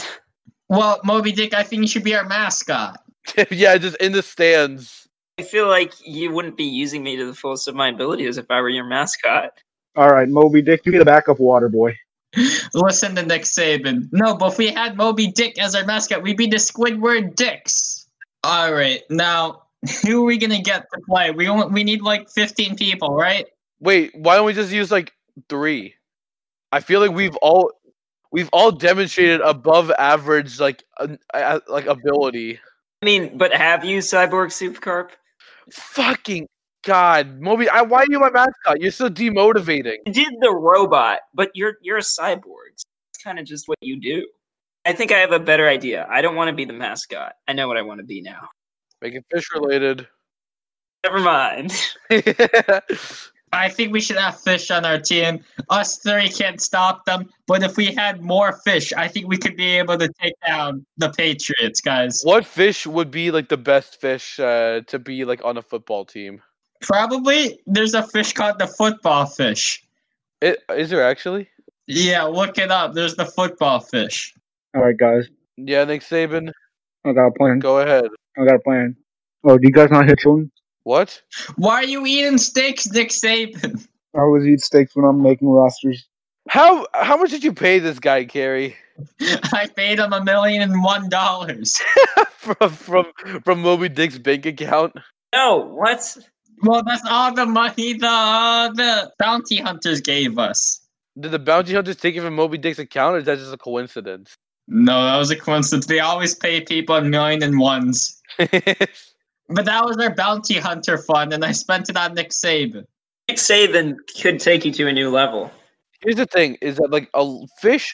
Well, Moby Dick, I think you should be our mascot. yeah, just in the stands. I feel like you wouldn't be using me to the fullest of my abilities if I were your mascot. All right, Moby Dick, you get a backup water boy. Listen to Nick Saban. No, but if we had Moby Dick as our mascot, we'd be the Squidward Dicks. All right, now who are we gonna get to play? We only, we need like fifteen people, right? Wait, why don't we just use like three? I feel like we've all we've all demonstrated above average like uh, uh, like ability. I mean, but have you, Cyborg Soup Carp? Fucking god, Moby! I, why are you my mascot? You're so demotivating. You did the robot, but you're you're a cyborg. so It's kind of just what you do. I think I have a better idea. I don't want to be the mascot. I know what I want to be now. Make it fish related. Never mind. I think we should have fish on our team. Us three can't stop them, but if we had more fish, I think we could be able to take down the Patriots, guys. what fish would be like the best fish uh, to be like on a football team? Probably there's a fish called the football fish. It, is there actually? Yeah, look it up. There's the football fish. All right, guys, Yeah, Nick Saban, I got a plan. go ahead. I got a plan. Oh, do you guys not hear children? What? Why are you eating steaks, Nick Saban? I always eat steaks when I'm making rosters. How how much did you pay this guy, Carrie, I paid him a million and one dollars. from from from Moby Dick's bank account? no, what? Well, that's all the money the uh, the bounty hunters gave us. Did the bounty hunters take it from Moby Dick's account, or is that just a coincidence? No, that was a coincidence. They always pay people a million and ones. But that was our bounty hunter fund, and I spent it on Nick Saban. Nick Saban could take you to a new level. Here's the thing: is that like a l- fish,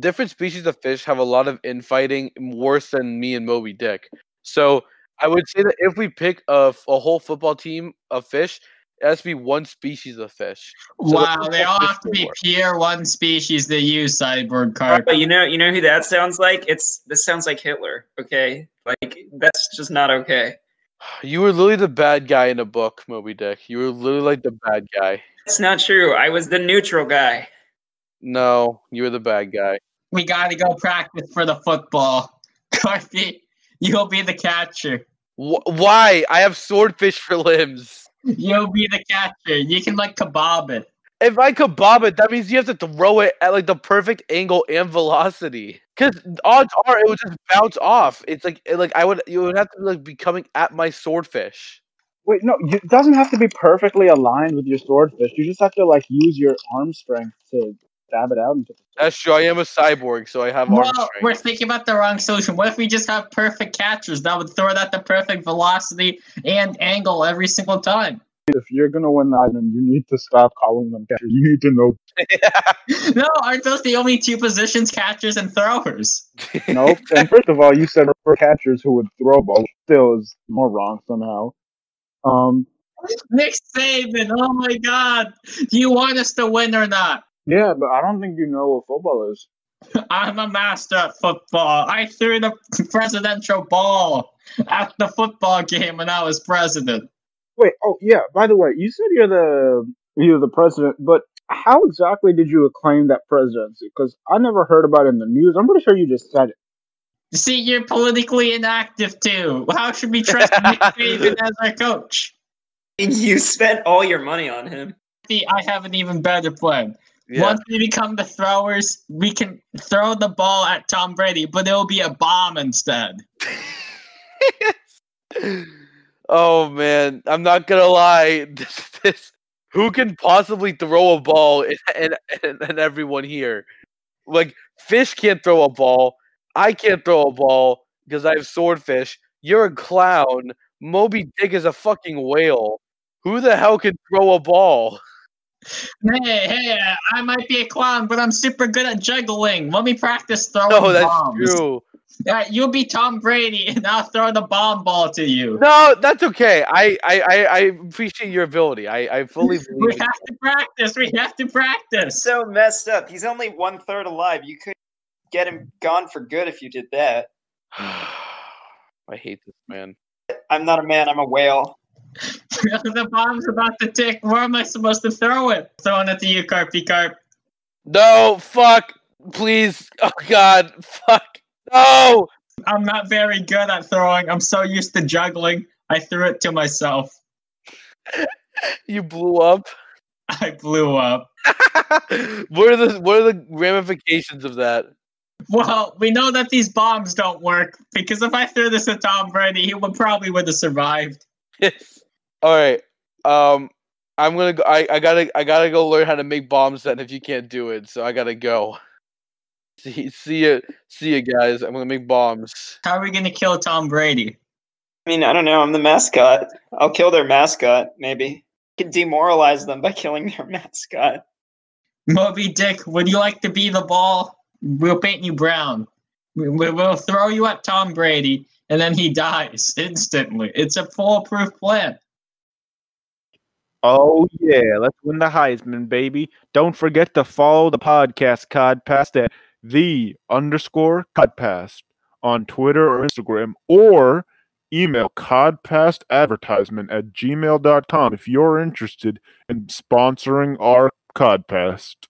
different species of fish have a lot of infighting, worse than me and Moby Dick. So I would say that if we pick a, f- a whole football team of fish, it has to be one species of fish. So wow, that's they how all fish have to be work. pure one species. They use cyborg carp. But you know, you know who that sounds like? It's this sounds like Hitler. Okay, like that's just not okay. You were literally the bad guy in a book, Moby Dick. You were literally like the bad guy. That's not true. I was the neutral guy. No, you were the bad guy. We got to go practice for the football. Carpy, you'll be the catcher. Wh- why? I have swordfish for limbs. You'll be the catcher. You can like kebab it. If I could bob it, that means you have to throw it at like the perfect angle and velocity. Because odds are it would just bounce off. It's like it- like I would it would have to like be coming at my swordfish. Wait, no, you- it doesn't have to be perfectly aligned with your swordfish. You just have to like use your arm strength to stab it out into the That's true. I am a cyborg, so I have arm Well, strength. we're thinking about the wrong solution. What if we just have perfect catchers that would throw it at the perfect velocity and angle every single time? If you're gonna win that, then you need to stop calling them catchers. You need to know. No, aren't those the only two positions, catchers and throwers? Nope. and first of all, you said for catchers who would throw balls. Still is more wrong somehow. Um. Nick Saban, oh my God. Do you want us to win or not? Yeah, but I don't think you know what football is. I'm a master at football. I threw the presidential ball at the football game when I was president. Wait. Oh, yeah. By the way, you said you're the you're the president, but how exactly did you acclaim that presidency? Because I never heard about it in the news. I'm pretty sure you just said it. See, you're politically inactive too. How should we trust Nick Saban as our coach? You spent all your money on him. See, I have an even better plan. yeah. Once we become the throwers, we can throw the ball at Tom Brady, but it'll be a bomb instead. oh man, I'm not gonna lie. This, this who can possibly throw a ball and, and, and, and everyone here? Like fish can't throw a ball. I can't throw a ball because I have swordfish. You're a clown. Moby Dick is a fucking whale. Who the hell can throw a ball? Hey, hey, I might be a clown, but I'm super good at juggling. Let me practice throwing No, that's bombs. true. Uh, you'll be Tom Brady, and I'll throw the bomb ball to you. No, that's okay. I I, I, I appreciate your ability. I, I fully We believe. in you. have to practice. We have to practice. so messed up. He's only one third alive. You could get him gone for good if you did that. I hate this man. I'm not a man. I'm a whale. the bomb's about to tick. Where am I supposed to throw it? Throwing it to you, Carpy Carp. No, fuck, please. Oh God, fuck. No. I'm not very good at throwing. I'm so used to juggling. I threw it to myself. You blew up. I blew up. what are the what are the ramifications of that? Well, we know that these bombs don't work because if I threw this at Tom Brady, he would probably would have survived. Yes. All right. Um, I'm gonna go. I, I gotta I gotta go learn how to make bombs then. If you can't do it, so I gotta go. See see ya see ya guys. I'm gonna make bombs. How are we gonna kill Tom Brady? I mean, I don't know. I'm the mascot. I'll kill their mascot, maybe. Could demoralize them by killing their mascot. Moby Dick, would you like to be the ball? We'll paint you brown. We- we- We'll throw you at Tom Brady, and then he dies instantly. It's a foolproof plan. Oh yeah, let's win the Heisman, baby. Don't forget to follow the podcast Codcast at the underscore Codcast on Twitter or Instagram or email codpastadvertisement at gmail.com if you're interested in sponsoring our Codcast.